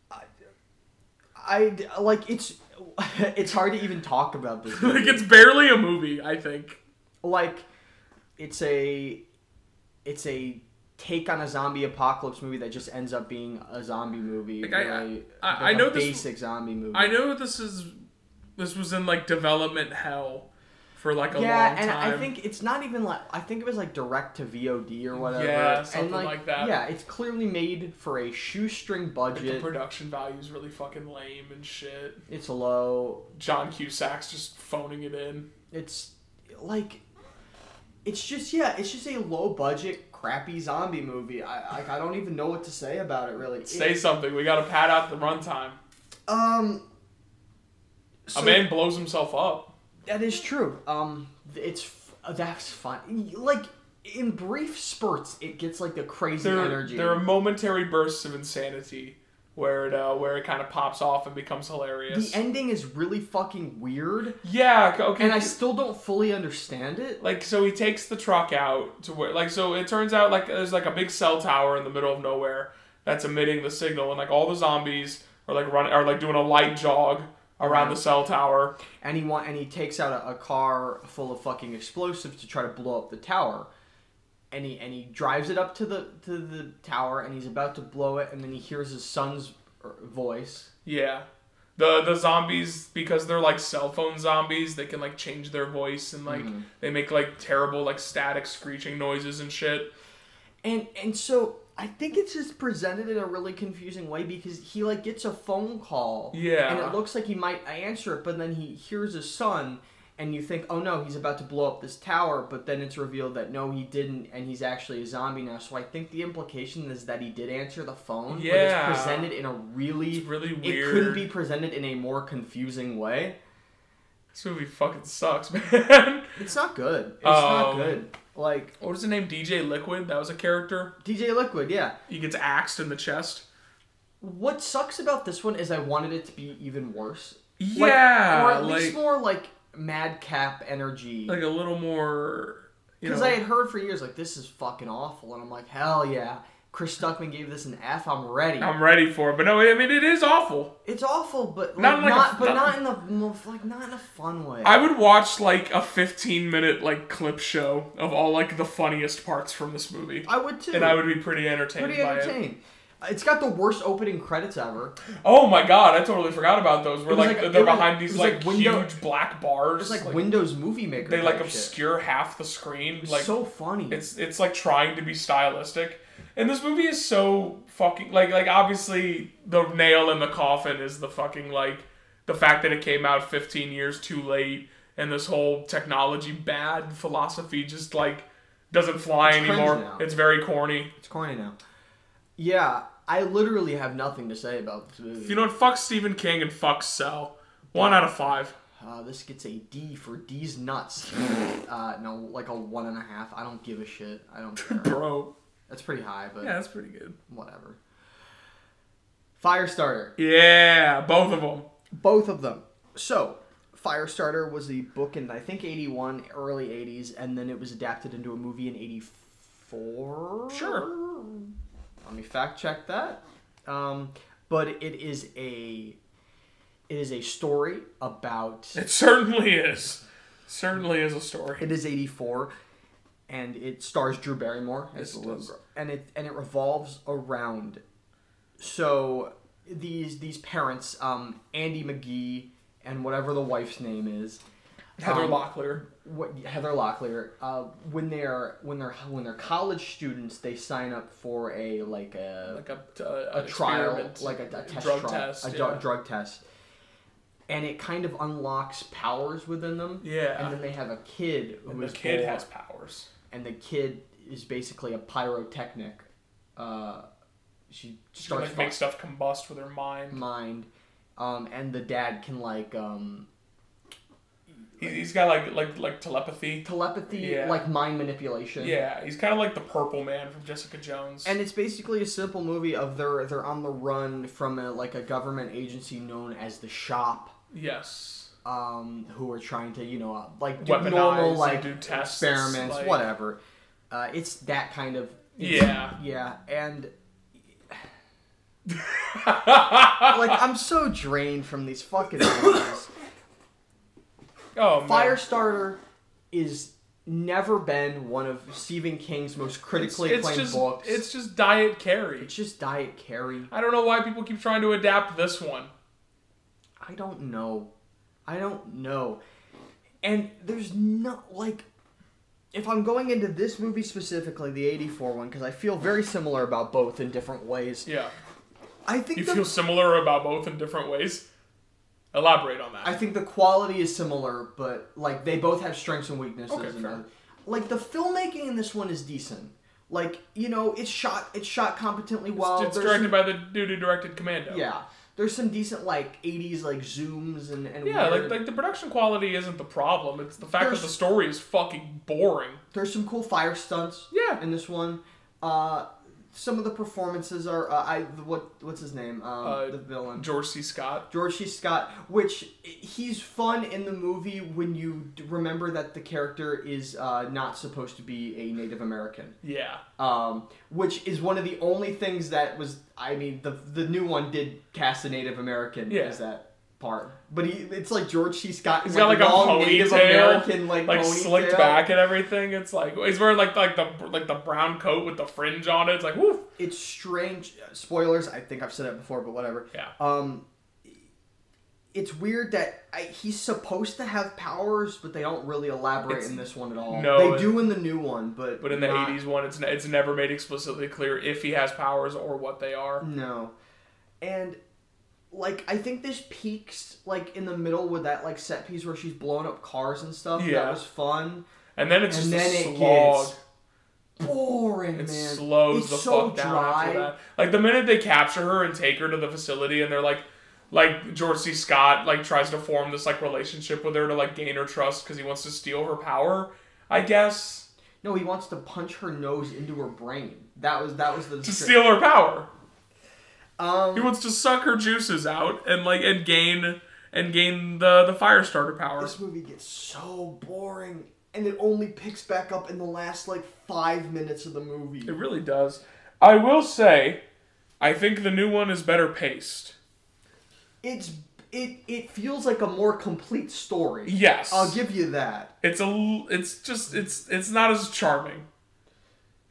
[SPEAKER 1] I, I like it's it's hard to even talk about this.
[SPEAKER 2] like it's barely a movie. I think.
[SPEAKER 1] like it's a it's a take on a zombie apocalypse movie that just ends up being a zombie movie.
[SPEAKER 2] Like, I-
[SPEAKER 1] really,
[SPEAKER 2] I-
[SPEAKER 1] like
[SPEAKER 2] I
[SPEAKER 1] a
[SPEAKER 2] know this-
[SPEAKER 1] basic zombie movie.
[SPEAKER 2] I know this is this was in like development hell for like a
[SPEAKER 1] yeah,
[SPEAKER 2] long
[SPEAKER 1] and
[SPEAKER 2] time.
[SPEAKER 1] I think it's not even like I think it was like direct to VOD or whatever.
[SPEAKER 2] Yeah,
[SPEAKER 1] And,
[SPEAKER 2] something like that.
[SPEAKER 1] Yeah, it's clearly made for a shoestring
[SPEAKER 2] Like, the
[SPEAKER 1] budget.
[SPEAKER 2] production value's really fucking lame and shit.
[SPEAKER 1] It's low.
[SPEAKER 2] John Cusack's just phoning it in.
[SPEAKER 1] It's like it's just yeah, it's just a low budget crappy zombie movie. I like I don't even know what to say about it really.
[SPEAKER 2] Say
[SPEAKER 1] It-
[SPEAKER 2] something. We gotta pad out the runtime.
[SPEAKER 1] um
[SPEAKER 2] a
[SPEAKER 1] so-
[SPEAKER 2] man blows himself up.
[SPEAKER 1] That is true. Um, it's f- uh, that's fun. Like in brief spurts, it gets like a crazy
[SPEAKER 2] There,
[SPEAKER 1] energy.
[SPEAKER 2] there are momentary bursts of insanity where it uh, where it kind of pops off and becomes
[SPEAKER 1] the
[SPEAKER 2] hilarious.
[SPEAKER 1] ending is really fucking weird,
[SPEAKER 2] yeah. c- Okay.
[SPEAKER 1] and I still don't fully understand it.
[SPEAKER 2] like so he takes the truck out to where like so it turns out like there's like a big cell tower in the middle of nowhere that's emitting the signal and like all the zombies are like running are like doing a light jog around the cell tower
[SPEAKER 1] And he want and he takes out a, a car full of fucking explosives to try to blow up the tower. And he and he drives it up to the to the tower, and he's about to blow it, and then he hears his son's er, voice.
[SPEAKER 2] yeah the the zombies because they're like cell phone zombies they can like change their voice and like
[SPEAKER 1] Mm-hmm.
[SPEAKER 2] they make like terrible like static screeching noises and shit
[SPEAKER 1] And and so I think it's just presented in a really confusing way because he like gets a phone call.
[SPEAKER 2] Yeah.
[SPEAKER 1] And it looks like he might answer it, but then he hears his son and you think, "Oh no, he's about to blow up this tower," but then it's revealed that no, he didn't and he's actually a zombie now. So I think the implication is that he did answer the phone,
[SPEAKER 2] Yeah.
[SPEAKER 1] but it's presented in a really
[SPEAKER 2] It's really
[SPEAKER 1] It couldn't be
[SPEAKER 2] weird.
[SPEAKER 1] presented in a more confusing way.
[SPEAKER 2] this movie fucking sucks man
[SPEAKER 1] It's not good. It's
[SPEAKER 2] Um,
[SPEAKER 1] not good. Like
[SPEAKER 2] what was the name dj liquid that was a character
[SPEAKER 1] DJ Liquid, yeah.
[SPEAKER 2] he gets axed in the chest
[SPEAKER 1] What sucks about this one is I wanted it to be even worse. Like,
[SPEAKER 2] yeah
[SPEAKER 1] or at least more like madcap energy.
[SPEAKER 2] like a little more. You
[SPEAKER 1] Because
[SPEAKER 2] know,
[SPEAKER 1] I had heard for years, like this is fucking awful, and I'm like, hell yeah. Chris Stuckman gave this an F. I'm ready.
[SPEAKER 2] I'm ready for it, but no, I mean it is awful.
[SPEAKER 1] it's awful, but like,
[SPEAKER 2] Not
[SPEAKER 1] not,
[SPEAKER 2] in, like, a-
[SPEAKER 1] but
[SPEAKER 2] not-
[SPEAKER 1] not in the mo- like not in a fun way.
[SPEAKER 2] I would watch like a 15 minute like clip show of all like the funniest parts from this movie,
[SPEAKER 1] I would too.
[SPEAKER 2] and I would be pretty entertained
[SPEAKER 1] pretty
[SPEAKER 2] by
[SPEAKER 1] entertained. It's got the worst opening credits ever.
[SPEAKER 2] it. Oh my god, I totally forgot about those. Where
[SPEAKER 1] was
[SPEAKER 2] like,
[SPEAKER 1] like-
[SPEAKER 2] they're
[SPEAKER 1] it was-
[SPEAKER 2] behind
[SPEAKER 1] it
[SPEAKER 2] these
[SPEAKER 1] was
[SPEAKER 2] like,
[SPEAKER 1] like window-
[SPEAKER 2] huge black bars.
[SPEAKER 1] It's like, Windows Movie Maker.
[SPEAKER 2] they like
[SPEAKER 1] type shit.
[SPEAKER 2] obscure half the screen.
[SPEAKER 1] It's
[SPEAKER 2] Like
[SPEAKER 1] so funny.
[SPEAKER 2] It's it's like trying to be stylistic. And this movie is so fucking like like obviously the nail in the coffin is the fucking like the fact that it came out 15 years too late and this whole technology bad philosophy just like doesn't fly
[SPEAKER 1] cringe
[SPEAKER 2] anymore.
[SPEAKER 1] now.
[SPEAKER 2] It's very corny.
[SPEAKER 1] it's corny now. Yeah, I literally have nothing to say about this movie.
[SPEAKER 2] You know what? Fuck Stephen King and fuck Cell. One out of five.
[SPEAKER 1] Uh, this gets a D for D's nuts. uh, no, like a one and a half. I don't give a shit. I don't care.
[SPEAKER 2] Bro.
[SPEAKER 1] That's pretty high, but
[SPEAKER 2] Yeah, that's pretty good.
[SPEAKER 1] whatever. Firestarter.
[SPEAKER 2] Yeah, both of them.
[SPEAKER 1] Both of them. So, Firestarter was the book in, I think, 81, early 80s, and then it was adapted into a movie in 84?
[SPEAKER 2] Sure.
[SPEAKER 1] Let me fact check that. Um, but it is a. It is a story about
[SPEAKER 2] It certainly is. Certainly is a story.
[SPEAKER 1] It is 84, and it stars Drew Barrymore
[SPEAKER 2] Yes,
[SPEAKER 1] as the
[SPEAKER 2] it
[SPEAKER 1] little
[SPEAKER 2] does.
[SPEAKER 1] girl, and it and it revolves around. So these these parents, um, Andy McGee and whatever the wife's name is,
[SPEAKER 2] Heather
[SPEAKER 1] um,
[SPEAKER 2] Locklear.
[SPEAKER 1] what Heather Locklear, uh, when they're when they're when they're college students, they sign up for a like a
[SPEAKER 2] like a, a,
[SPEAKER 1] a trial,
[SPEAKER 2] experiment,
[SPEAKER 1] like a, a test
[SPEAKER 2] drug
[SPEAKER 1] trial,
[SPEAKER 2] test,
[SPEAKER 1] a
[SPEAKER 2] yeah.
[SPEAKER 1] dru- drug test, and it kind of unlocks powers within them.
[SPEAKER 2] Yeah.
[SPEAKER 1] and then they have a kid who
[SPEAKER 2] And the
[SPEAKER 1] is
[SPEAKER 2] kid
[SPEAKER 1] born-
[SPEAKER 2] has powers.
[SPEAKER 1] and the kid is basically a pyrotechnic. Uh, she
[SPEAKER 2] She can,
[SPEAKER 1] starts Mm.
[SPEAKER 2] like make stuff combust with her
[SPEAKER 1] fucking
[SPEAKER 2] mind.
[SPEAKER 1] mind, um, and the dad can like um,
[SPEAKER 2] He, he's got like like like telepathy.
[SPEAKER 1] telepathy,
[SPEAKER 2] Yeah.
[SPEAKER 1] like mind manipulation.
[SPEAKER 2] Yeah, he's kind of like the Purple Man from Jessica Jones.
[SPEAKER 1] And it's basically a simple movie of they're they're on the run from a, like a government agency known as the Shop,
[SPEAKER 2] yes,
[SPEAKER 1] um, who are trying to, you know, uh, like do
[SPEAKER 2] Weaponize
[SPEAKER 1] normal
[SPEAKER 2] and
[SPEAKER 1] like
[SPEAKER 2] do tests,
[SPEAKER 1] experiments,
[SPEAKER 2] like-
[SPEAKER 1] whatever. Uh, it's that kind of
[SPEAKER 2] Yeah.
[SPEAKER 1] yeah, and like I'm so drained from these fucking movies.
[SPEAKER 2] Oh man.
[SPEAKER 1] Firestarter is never been one of Stephen King's most critically
[SPEAKER 2] it's
[SPEAKER 1] acclaimed
[SPEAKER 2] just
[SPEAKER 1] books.
[SPEAKER 2] it's just diet carry.
[SPEAKER 1] It's just diet carry.
[SPEAKER 2] I don't know why people keep trying to adapt this one.
[SPEAKER 1] I don't know. I don't know. And there's no like if I'm going into this movie specifically, the 84 one cuz I feel very similar about both in different ways.
[SPEAKER 2] Yeah.
[SPEAKER 1] I think
[SPEAKER 2] You
[SPEAKER 1] the,
[SPEAKER 2] feel similar about both in different ways. Elaborate on that.
[SPEAKER 1] I think the quality is similar, but like they both have strengths and weaknesses.
[SPEAKER 2] Okay,
[SPEAKER 1] and
[SPEAKER 2] fair.
[SPEAKER 1] other- like the filmmaking in this one is decent. Like you know, it's shot it's shot competently well.
[SPEAKER 2] it's
[SPEAKER 1] There's some-
[SPEAKER 2] directed by the dude who directed Commando.
[SPEAKER 1] yeah. There's some decent like 80s like zooms and and
[SPEAKER 2] Yeah,
[SPEAKER 1] weird-
[SPEAKER 2] like, like the production quality isn't the problem. It's the fact
[SPEAKER 1] There's-
[SPEAKER 2] that the story is fucking boring.
[SPEAKER 1] there's some cool fire stunts.
[SPEAKER 2] Yeah.
[SPEAKER 1] In this one, uh, some of the performances are uh, I what what's his name um,
[SPEAKER 2] Uh,
[SPEAKER 1] the villain
[SPEAKER 2] George C. Scott.
[SPEAKER 1] George C. Scott, which he's fun in the movie when you d- remember that the character is uh, not supposed to be a Native American,
[SPEAKER 2] Yeah.
[SPEAKER 1] um, which is one of the only things that was. I mean, the the new one did cast a Native American
[SPEAKER 2] Yeah.
[SPEAKER 1] as that part, but he it's like George C. Scott.
[SPEAKER 2] He's got like a
[SPEAKER 1] long Native American
[SPEAKER 2] ponytail,
[SPEAKER 1] like,
[SPEAKER 2] like,
[SPEAKER 1] ponytail.
[SPEAKER 2] slicked back and everything. It's like he's wearing like like the like the brown coat with the fringe on it. It's like woof.
[SPEAKER 1] It's strange. Spoilers. I think I've said it before, but whatever.
[SPEAKER 2] Yeah.
[SPEAKER 1] um it's weird that I, he's supposed to have powers but they don't really elaborate
[SPEAKER 2] It's-
[SPEAKER 1] in this one at all
[SPEAKER 2] no,
[SPEAKER 1] they
[SPEAKER 2] it-
[SPEAKER 1] do in the new one but
[SPEAKER 2] But in the
[SPEAKER 1] not-
[SPEAKER 2] '80s one, it's ne- it's never made explicitly clear if he has powers or what they are.
[SPEAKER 1] no and like i think this peaks like in the middle with that like set piece where she's blowing up cars and stuff that
[SPEAKER 2] Yeah.
[SPEAKER 1] was fun
[SPEAKER 2] And then it's
[SPEAKER 1] and
[SPEAKER 2] just
[SPEAKER 1] then
[SPEAKER 2] a
[SPEAKER 1] it
[SPEAKER 2] slog.
[SPEAKER 1] gets boring man
[SPEAKER 2] It slows
[SPEAKER 1] it's
[SPEAKER 2] the
[SPEAKER 1] so
[SPEAKER 2] fuck down
[SPEAKER 1] dry
[SPEAKER 2] after that. Like the minute they capture her and take her to the facility, and they're like, like George C. Scott like tries to form this like relationship with her to like gain her trust because he wants to steal her power. I guess
[SPEAKER 1] no he wants to punch her nose into her brain that was that was the
[SPEAKER 2] to steal her power.
[SPEAKER 1] um
[SPEAKER 2] He wants to suck her juices out and like and gain and gain the the fire starter power.
[SPEAKER 1] This movie gets so boring, and it only picks back up in the last like five minutes of the movie.
[SPEAKER 2] It really does. I will say, I think the new one is better paced.
[SPEAKER 1] It's it it feels like a more complete story.
[SPEAKER 2] Yes,
[SPEAKER 1] I'll give you that.
[SPEAKER 2] it's a l- it's just it's it's not as charming.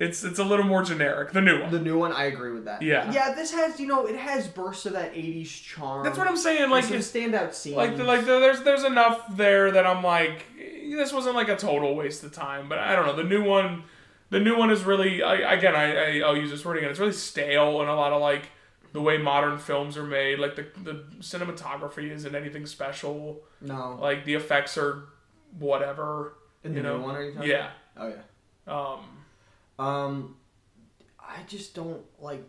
[SPEAKER 2] It's it's a little more generic. The new one.
[SPEAKER 1] The new one, I agree with that.
[SPEAKER 2] Yeah.
[SPEAKER 1] yeah. This has you know it has bursts of that '80s charm.
[SPEAKER 2] That's what I'm saying. Like
[SPEAKER 1] some
[SPEAKER 2] it's
[SPEAKER 1] standout scenes.
[SPEAKER 2] like the, like the, there's there's enough there that I'm like eh, this wasn't like a total waste of time. But I don't know. The new one, the new one is really I, again I, I I'll use this word again. It's really stale and a lot of like the way modern films are made. Like the the cinematography isn't anything special.
[SPEAKER 1] no.
[SPEAKER 2] Like the effects are whatever.
[SPEAKER 1] In
[SPEAKER 2] you
[SPEAKER 1] the new
[SPEAKER 2] know?
[SPEAKER 1] one, are you talking
[SPEAKER 2] Yeah.
[SPEAKER 1] Oh yeah.
[SPEAKER 2] Um,
[SPEAKER 1] Um, I just don't like.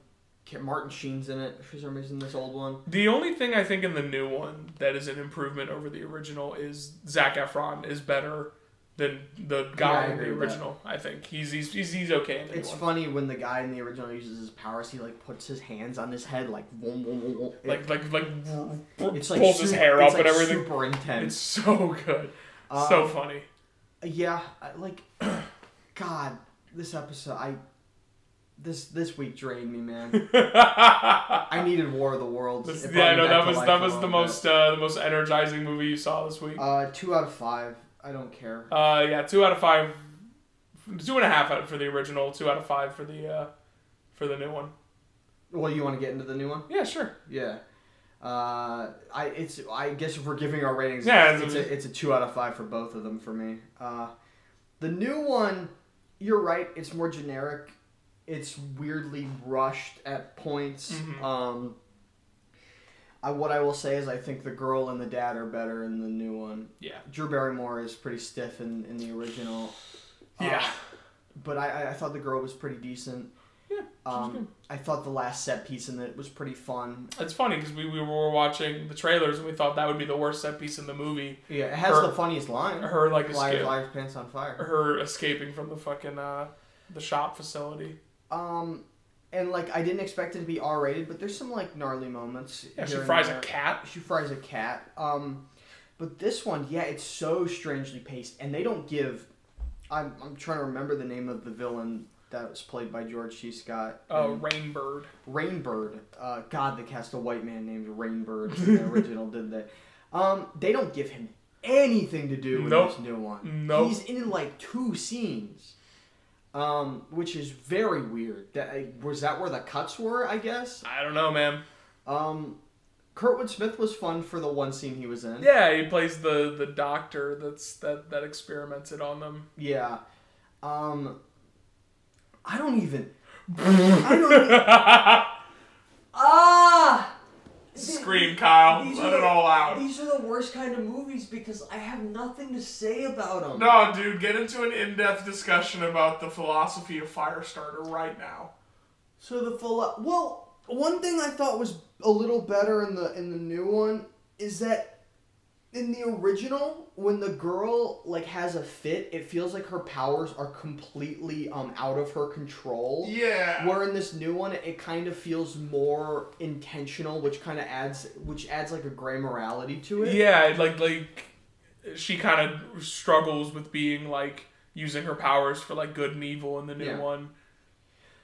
[SPEAKER 1] Martin Sheen's in it for some reason. This old one.
[SPEAKER 2] the only thing I think in the new one that is an improvement over the original is Zach Efron is better than the
[SPEAKER 1] Yeah, I
[SPEAKER 2] guy in the
[SPEAKER 1] agree with that.
[SPEAKER 2] original. I think he's he's he's, he's okay in the
[SPEAKER 1] It's
[SPEAKER 2] new one.
[SPEAKER 1] funny when the guy in the original uses his powers. He like puts his hands on his head, like wom, wom, wom, wom. It-
[SPEAKER 2] Like like like r- r-
[SPEAKER 1] it's like
[SPEAKER 2] pulls his
[SPEAKER 1] su-
[SPEAKER 2] hair
[SPEAKER 1] it's,
[SPEAKER 2] up
[SPEAKER 1] like, Uh,
[SPEAKER 2] and everything.
[SPEAKER 1] Super
[SPEAKER 2] It's
[SPEAKER 1] intense.
[SPEAKER 2] so good, so funny.
[SPEAKER 1] Yeah, I, like God, this episode, I this this week drained me, man. I needed War of the Worlds.
[SPEAKER 2] This-
[SPEAKER 1] It brought me
[SPEAKER 2] yeah, no,
[SPEAKER 1] back
[SPEAKER 2] that
[SPEAKER 1] to
[SPEAKER 2] was
[SPEAKER 1] life
[SPEAKER 2] that
[SPEAKER 1] a
[SPEAKER 2] was the
[SPEAKER 1] little
[SPEAKER 2] most uh, the most energizing movie you saw this week.
[SPEAKER 1] bit. Uh, two out of five. I don't care.
[SPEAKER 2] Uh, yeah, two out of five, two and a half out for the original, two out of five for the uh, for the new one.
[SPEAKER 1] Well, you want to get into the new one?
[SPEAKER 2] Yeah, sure.
[SPEAKER 1] Yeah. Uh, I it's I guess if we're giving our ratings,
[SPEAKER 2] Yeah,
[SPEAKER 1] it's, it's a it's a two out of five for both of them for me. Uh, the new one, you're right. It's more generic. It's weirdly rushed at points.
[SPEAKER 2] Mm-hmm.
[SPEAKER 1] Um, I, what I will say is I think the girl and the dad are better in the new one.
[SPEAKER 2] Yeah,
[SPEAKER 1] Drew Barrymore is pretty stiff in, in the original, Uh,
[SPEAKER 2] yeah.
[SPEAKER 1] but I, I- I thought the girl was pretty decent.
[SPEAKER 2] Yeah, was good.
[SPEAKER 1] Um, I thought the last set piece in it was pretty fun.
[SPEAKER 2] It's funny because we, we were watching the trailers and we thought that would be the worst set piece in the movie.
[SPEAKER 1] Yeah, it has
[SPEAKER 2] Her-
[SPEAKER 1] the funniest line.
[SPEAKER 2] Her like
[SPEAKER 1] Liars,
[SPEAKER 2] escape,
[SPEAKER 1] liars, pants on fire.
[SPEAKER 2] her escaping from the fucking uh, the shop facility.
[SPEAKER 1] Um, and like I didn't expect it to be R rated, but there's some like gnarly moments.
[SPEAKER 2] Yeah, she
[SPEAKER 1] here and
[SPEAKER 2] fries a
[SPEAKER 1] there.
[SPEAKER 2] cat.
[SPEAKER 1] She fries a cat. Um, But this one, yeah, it's so strangely paced, and they don't give. I'm, I'm trying to remember the name of the villain that was played by George C. Scott.
[SPEAKER 2] Uh,
[SPEAKER 1] in
[SPEAKER 2] Rainbird.
[SPEAKER 1] Rainbird. Uh, God, they cast a white man named Rainbird in the original, did they? Um, they don't give him anything to do with
[SPEAKER 2] Nope.
[SPEAKER 1] this new one.
[SPEAKER 2] Nope.
[SPEAKER 1] He's in like two scenes, um, which is very weird. That like, was that where the cuts were? I guess.
[SPEAKER 2] I don't know, man.
[SPEAKER 1] Um, Kurtwood Smith was fun for the one scene he was in.
[SPEAKER 2] Yeah, he plays the the doctor that's that that experimented on them.
[SPEAKER 1] Yeah. Um, I don't even. I don't. e- Ah.
[SPEAKER 2] Scream, Kyle.
[SPEAKER 1] These
[SPEAKER 2] Let
[SPEAKER 1] are
[SPEAKER 2] it
[SPEAKER 1] the-
[SPEAKER 2] all out.
[SPEAKER 1] These are the worst kind of movies because I have nothing to say about them.
[SPEAKER 2] No, dude, get into an in-depth discussion about the philosophy of Firestarter right now.
[SPEAKER 1] So the full well, one thing I thought was a little better in the in the new one is that in the original when the girl like has a fit, it feels like her powers are completely um out of her control.
[SPEAKER 2] Yeah.
[SPEAKER 1] Where in this new one, it kind of feels more intentional, which kind of adds, which adds like a gray morality to it.
[SPEAKER 2] Yeah, like like she kind of struggles with being like using her powers for like good and evil in the new
[SPEAKER 1] Yeah.
[SPEAKER 2] one.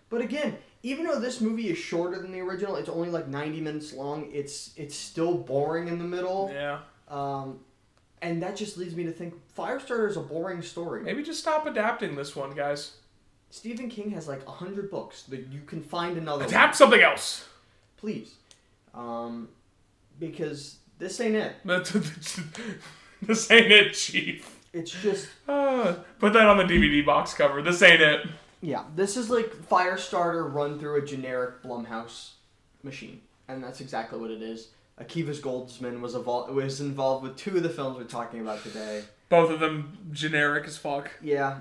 [SPEAKER 1] But again, even though this movie is shorter than the original, it's only like ninety minutes long. It's it's still boring in the middle,
[SPEAKER 2] Yeah.
[SPEAKER 1] um, and that just leads me to think Firestarter is a boring story.
[SPEAKER 2] Maybe just stop adapting this one, guys.
[SPEAKER 1] Stephen King has like hundred books that you can find another. one.
[SPEAKER 2] Adapt something else.
[SPEAKER 1] Please, um, because this ain't it.
[SPEAKER 2] this ain't it, Chief.
[SPEAKER 1] It's just
[SPEAKER 2] Uh, put that on the DVD box cover. This ain't it.
[SPEAKER 1] Yeah, this is like Firestarter run through a generic Blumhouse machine, and that's exactly what it is. Akiva's Goldsman was evol- was involved with two of the films we're talking about today.
[SPEAKER 2] Both of them generic as fuck.
[SPEAKER 1] Yeah,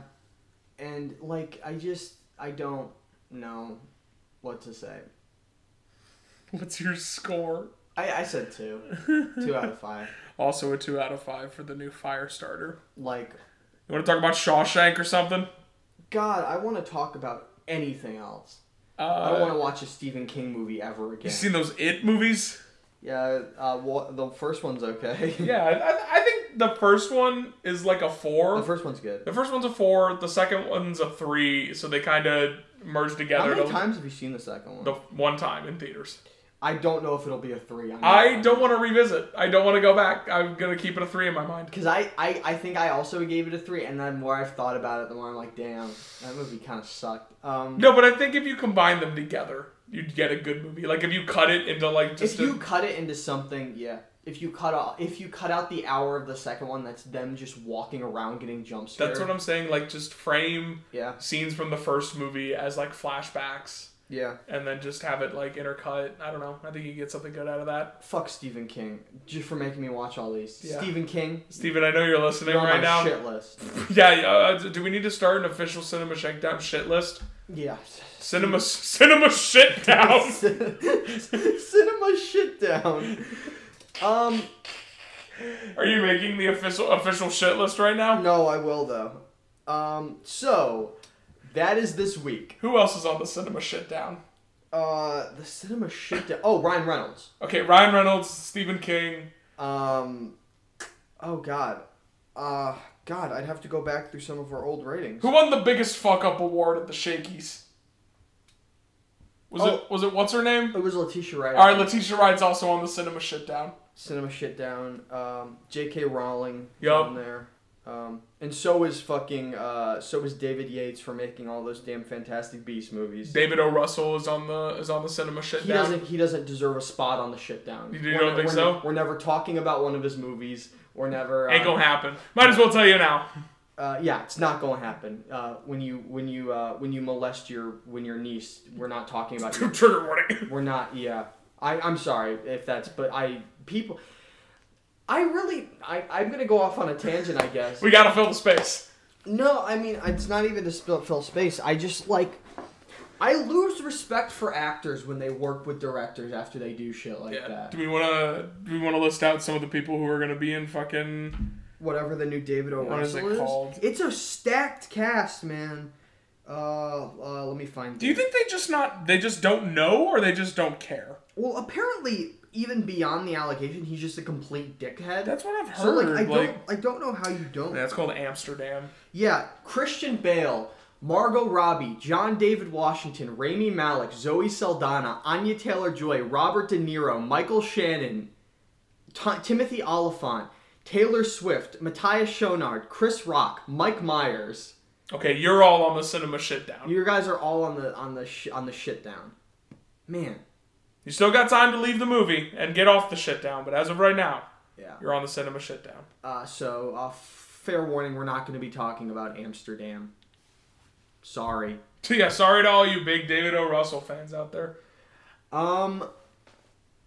[SPEAKER 1] and like I just I don't know what to say.
[SPEAKER 2] What's your score?
[SPEAKER 1] I, I said two, two out of five.
[SPEAKER 2] Also a two out of five for the new Firestarter.
[SPEAKER 1] Like
[SPEAKER 2] You want to talk about Shawshank or something?
[SPEAKER 1] God, I want to talk about anything else.
[SPEAKER 2] Uh,
[SPEAKER 1] I don't want to watch a Stephen King movie ever
[SPEAKER 2] You
[SPEAKER 1] again.
[SPEAKER 2] seen those It movies?
[SPEAKER 1] yeah, uh, wa- the first one's okay.
[SPEAKER 2] Yeah, I, I think the first one is like a four.
[SPEAKER 1] the first one's good.
[SPEAKER 2] The first one's a four. The second one's a three. So they kind of merge
[SPEAKER 1] How
[SPEAKER 2] together.
[SPEAKER 1] many
[SPEAKER 2] to-
[SPEAKER 1] times have you seen the second one?
[SPEAKER 2] The one time in theaters.
[SPEAKER 1] I don't know if it'll be a three. I'm
[SPEAKER 2] I don't want to revisit. I don't want to go back. I'm gonna keep it a three in my mind.
[SPEAKER 1] because I, I I think I also gave it a three, and then more I've thought about it, the more I'm like, damn, that movie kind of sucked. Um,
[SPEAKER 2] No, but I think if you combine them together, you'd get a good movie. Like if you cut it into like just
[SPEAKER 1] if you
[SPEAKER 2] a,
[SPEAKER 1] cut it into something, yeah. If you cut off, if you cut out the hour of the second one, that's them just walking around getting jump scared.
[SPEAKER 2] that's what I'm saying. Like just frame
[SPEAKER 1] Yeah,
[SPEAKER 2] scenes from the first movie as like flashbacks,
[SPEAKER 1] yeah.
[SPEAKER 2] and then just have it like intercut. I don't know. I think you get something good out of that.
[SPEAKER 1] Fuck Stephen King just for making me watch all these.
[SPEAKER 2] Yeah.
[SPEAKER 1] Stephen King,
[SPEAKER 2] Steven, I know you're listening
[SPEAKER 1] you're on
[SPEAKER 2] right
[SPEAKER 1] my
[SPEAKER 2] now.
[SPEAKER 1] shit list.
[SPEAKER 2] Yeah. yeah, Uh, do we need to start an official Cinema Shakedown shit list?
[SPEAKER 1] Yeah.
[SPEAKER 2] Cinema, cinema shit down.
[SPEAKER 1] Cinema shit down. Um.
[SPEAKER 2] Are you making the official official shit list right now?
[SPEAKER 1] No, I will though. Um, so that is this week.
[SPEAKER 2] Who else is on the cinema shit down?
[SPEAKER 1] Uh, the cinema shit. da- oh, Ryan Reynolds.
[SPEAKER 2] Okay, Ryan Reynolds, Stephen King.
[SPEAKER 1] Um, oh God. Uh, God, I'd have to go back through some of our old ratings.
[SPEAKER 2] Who won the biggest fuck up award at the Shakies? Was
[SPEAKER 1] Oh.
[SPEAKER 2] it was it what's her name?
[SPEAKER 1] It was Letitia Wright.
[SPEAKER 2] All right, Letitia Wright's also on the cinema shit down.
[SPEAKER 1] cinema shit down. Um, J.K. Rowling
[SPEAKER 2] Yup.
[SPEAKER 1] on there. Um, and so is fucking. Uh, so is David Yates for making all those damn Fantastic Beast movies.
[SPEAKER 2] David O. Russell is on the is on the cinema shit
[SPEAKER 1] He
[SPEAKER 2] down.
[SPEAKER 1] doesn't. He doesn't deserve a spot on the shit down.
[SPEAKER 2] You- you
[SPEAKER 1] We're
[SPEAKER 2] don't
[SPEAKER 1] ne-
[SPEAKER 2] think
[SPEAKER 1] we're
[SPEAKER 2] so?
[SPEAKER 1] ne- we're never talking about one of his movies. We're never.
[SPEAKER 2] Ain't
[SPEAKER 1] uh,
[SPEAKER 2] gonna happen. Might as well tell you now.
[SPEAKER 1] uh, yeah, it's not gonna happen. Uh, when you when you uh, when you molest your when your niece, we're not talking about. Your,
[SPEAKER 2] Trigger warning.
[SPEAKER 1] we're not. Yeah, I I'm sorry if that's. But I people. I really, I, I'm gonna go off on a tangent, I guess.
[SPEAKER 2] We gotta fill the space.
[SPEAKER 1] No, I mean it's not even to spill, fill space. I just like, I lose respect for actors when they work with directors after they do shit like
[SPEAKER 2] Yeah.
[SPEAKER 1] that.
[SPEAKER 2] Do we wanna do we wanna list out some of the people who are gonna be in fucking
[SPEAKER 1] whatever the new David O.
[SPEAKER 2] What is it
[SPEAKER 1] Russell is.
[SPEAKER 2] called?
[SPEAKER 1] It's a stacked cast, man. Uh, uh let me find.
[SPEAKER 2] Do you think they just not they just don't know or they just don't care?
[SPEAKER 1] Well, apparently even beyond the allegation, he's just a complete dickhead.
[SPEAKER 2] That's what I've heard.
[SPEAKER 1] so like I
[SPEAKER 2] like,
[SPEAKER 1] don't I don't know how you don't.
[SPEAKER 2] that's called Amsterdam.
[SPEAKER 1] Yeah, Christian Bale, Margot Robbie, John David Washington, Rami Malik, Zoe Saldana, Anya Taylor Joy, Robert De Niro, Michael Shannon, T- Timothy Oliphant, Taylor Swift, Matthias Schonard, Chris Rock, Mike Myers.
[SPEAKER 2] Okay, you're all on the cinema shit down.
[SPEAKER 1] You guys are all on the on the sh- on the shit down. Man,
[SPEAKER 2] You still got time to leave the movie and get off the shit down, but as of right now,
[SPEAKER 1] yeah.
[SPEAKER 2] you're on the cinema shit down.
[SPEAKER 1] Uh, so, uh, fair warning, we're not going to be talking about Amsterdam. Sorry.
[SPEAKER 2] Yeah, sorry to all you big David O. Russell fans out there.
[SPEAKER 1] Um.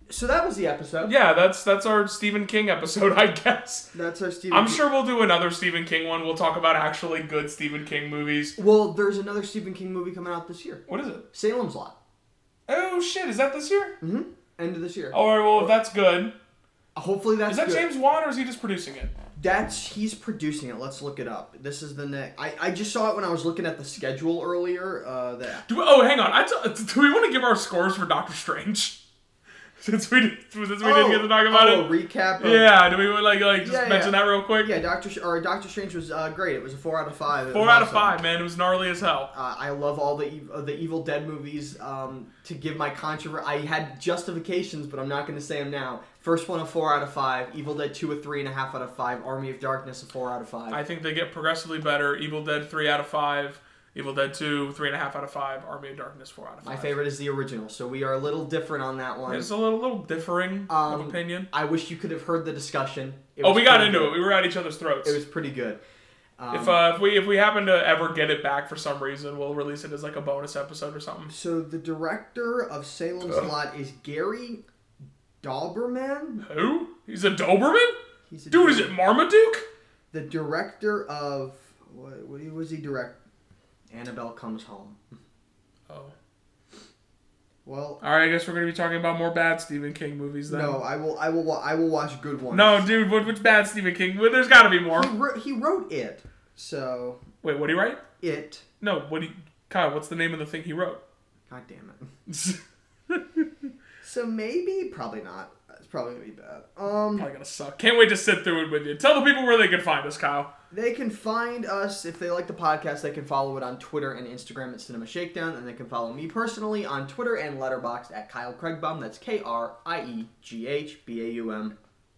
[SPEAKER 1] So that was the episode.
[SPEAKER 2] Yeah, that's that's our Stephen King episode, I guess.
[SPEAKER 1] That's our Stephen.
[SPEAKER 2] I'm
[SPEAKER 1] King-
[SPEAKER 2] sure we'll do another Stephen King one. We'll talk about actually good Stephen King movies.
[SPEAKER 1] Well, there's another Stephen King movie coming out this year.
[SPEAKER 2] What is it?
[SPEAKER 1] Salem's Lot.
[SPEAKER 2] Oh shit, is that this year?
[SPEAKER 1] Mm-hmm. End of this year.
[SPEAKER 2] All right, well if that's good,
[SPEAKER 1] Hopefully that's
[SPEAKER 2] Oh. is that
[SPEAKER 1] good.
[SPEAKER 2] James Wan or is he just producing it?
[SPEAKER 1] That's he's producing it. Let's look it up. This is the next. I, I just saw it when I was looking at the schedule earlier. Uh, that
[SPEAKER 2] Do we, oh, hang on. I t- do we want to give our scores for Doctor Strange? since we did, since we didn't get to talk about
[SPEAKER 1] oh,
[SPEAKER 2] it.
[SPEAKER 1] recap. Of,
[SPEAKER 2] yeah, do we want like like just
[SPEAKER 1] Yeah, yeah.
[SPEAKER 2] mention that real quick?
[SPEAKER 1] yeah. Doctor Sh- or Doctor Strange was uh, great. It was a four out of five. It
[SPEAKER 2] Four
[SPEAKER 1] was
[SPEAKER 2] out of
[SPEAKER 1] awesome.
[SPEAKER 2] five, man. It was gnarly as hell.
[SPEAKER 1] Uh, I love all the ev- uh, the Evil Dead movies. Um, to give my controversy, I had justifications, but I'm not going to say them now. First one a four out of five. Evil Dead two a three and a half out of five. Army of Darkness a four out of five.
[SPEAKER 2] I think they get progressively better. Evil Dead three out of five. Evil Dead two three and a half out of five. Army of Darkness four out of
[SPEAKER 1] My
[SPEAKER 2] five.
[SPEAKER 1] favorite is the original, so we are a little different on that one.
[SPEAKER 2] It's a little little differing
[SPEAKER 1] Um,
[SPEAKER 2] of opinion.
[SPEAKER 1] I wish you could have heard the discussion. It
[SPEAKER 2] Oh,
[SPEAKER 1] was
[SPEAKER 2] we got
[SPEAKER 1] pretty
[SPEAKER 2] into
[SPEAKER 1] good.
[SPEAKER 2] it. We were at each other's throats.
[SPEAKER 1] It was pretty good. Um,
[SPEAKER 2] if uh, if we if we happen to ever get it back for some reason, we'll release it as like a bonus episode or something.
[SPEAKER 1] so the director of Salem's
[SPEAKER 2] Ugh.
[SPEAKER 1] Lot is Gary Dauberman.
[SPEAKER 2] Who? He's a Doberman?
[SPEAKER 1] He's a
[SPEAKER 2] Dude, is it Marmaduke?
[SPEAKER 1] the director of what, what was he direct? Annabelle Comes Home.
[SPEAKER 2] Oh.
[SPEAKER 1] Well,
[SPEAKER 2] All right, I guess we're gonna be talking about more bad Stephen King movies then.
[SPEAKER 1] no, I will. I will. wa- I will watch good ones.
[SPEAKER 2] No, dude, what, which bad Stephen King? Well, there's gotta be more.
[SPEAKER 1] he wrote, he wrote it. So
[SPEAKER 2] Wait, what he write?
[SPEAKER 1] it.
[SPEAKER 2] No, what he? Kyle, what's the name of the thing he wrote?
[SPEAKER 1] God damn it.
[SPEAKER 2] Probably
[SPEAKER 1] So maybe, probably not. It's probably gonna be bad. Um,
[SPEAKER 2] gonna suck. Can't wait to sit through it with you. Tell the people where they can find us, Kyle.
[SPEAKER 1] They can find us if they like the podcast. They can follow it on Twitter and Instagram at Cinema Shakedown, and they can follow me personally on Twitter and Letterboxd at Kyle Craigbaum. That's K R I E G H B A U M.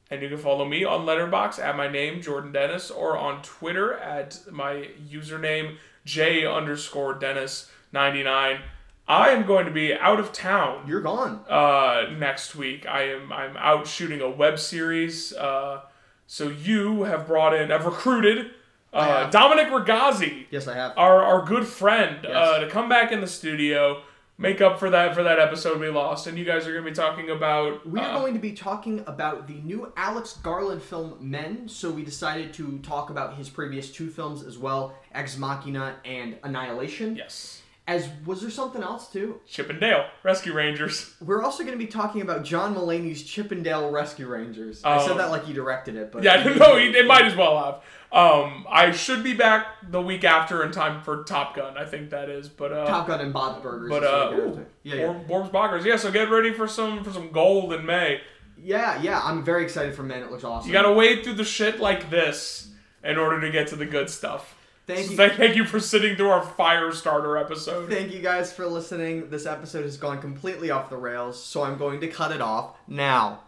[SPEAKER 2] And you can follow me on Letterbox at my name Jordan Dennis or on Twitter at my username J underscore Dennis ninety nine. I am going to be out of town
[SPEAKER 1] You're gone.
[SPEAKER 2] uh, next week. I am I'm out shooting a web series. Uh, so you have brought in, I've recruited uh,
[SPEAKER 1] have.
[SPEAKER 2] Dominic Regazzi,
[SPEAKER 1] Yes, I have.
[SPEAKER 2] our our good friend, uh,
[SPEAKER 1] Yes.
[SPEAKER 2] to come back in the studio, make up for that for that episode we lost. And you guys are going to be talking about
[SPEAKER 1] We are
[SPEAKER 2] uh,
[SPEAKER 1] going to be talking about the new Alex Garland film Men, so we decided to talk about his previous two films as well, Ex Machina and Annihilation.
[SPEAKER 2] yes,
[SPEAKER 1] As was there something else too?
[SPEAKER 2] Chip and Dale Rescue Rangers.
[SPEAKER 1] We're also going to be talking about John Mulaney's Chippendale Rescue Rangers. I
[SPEAKER 2] Oh.
[SPEAKER 1] said that like you directed it, but
[SPEAKER 2] Yeah, I don't know. It, it might as well have. Um, I should be back the week after in time for Top Gun. I think that is, but uh,
[SPEAKER 1] Top Gun and Bob's Burgers.
[SPEAKER 2] But
[SPEAKER 1] is what
[SPEAKER 2] uh,
[SPEAKER 1] we got
[SPEAKER 2] ooh,
[SPEAKER 1] there. yeah, yeah,
[SPEAKER 2] Wor- Worms Boggers. Yeah, so get ready for some for some gold in May.
[SPEAKER 1] yeah, yeah. I'm very excited for Men. It looks awesome.
[SPEAKER 2] You gotta wade through the shit like this in order to get to the good stuff.
[SPEAKER 1] Thank
[SPEAKER 2] So
[SPEAKER 1] you.
[SPEAKER 2] Thank, thank you for sitting through our fire starter episode.
[SPEAKER 1] Thank you guys for listening. This episode has gone completely off the rails, so I'm going to cut it off now.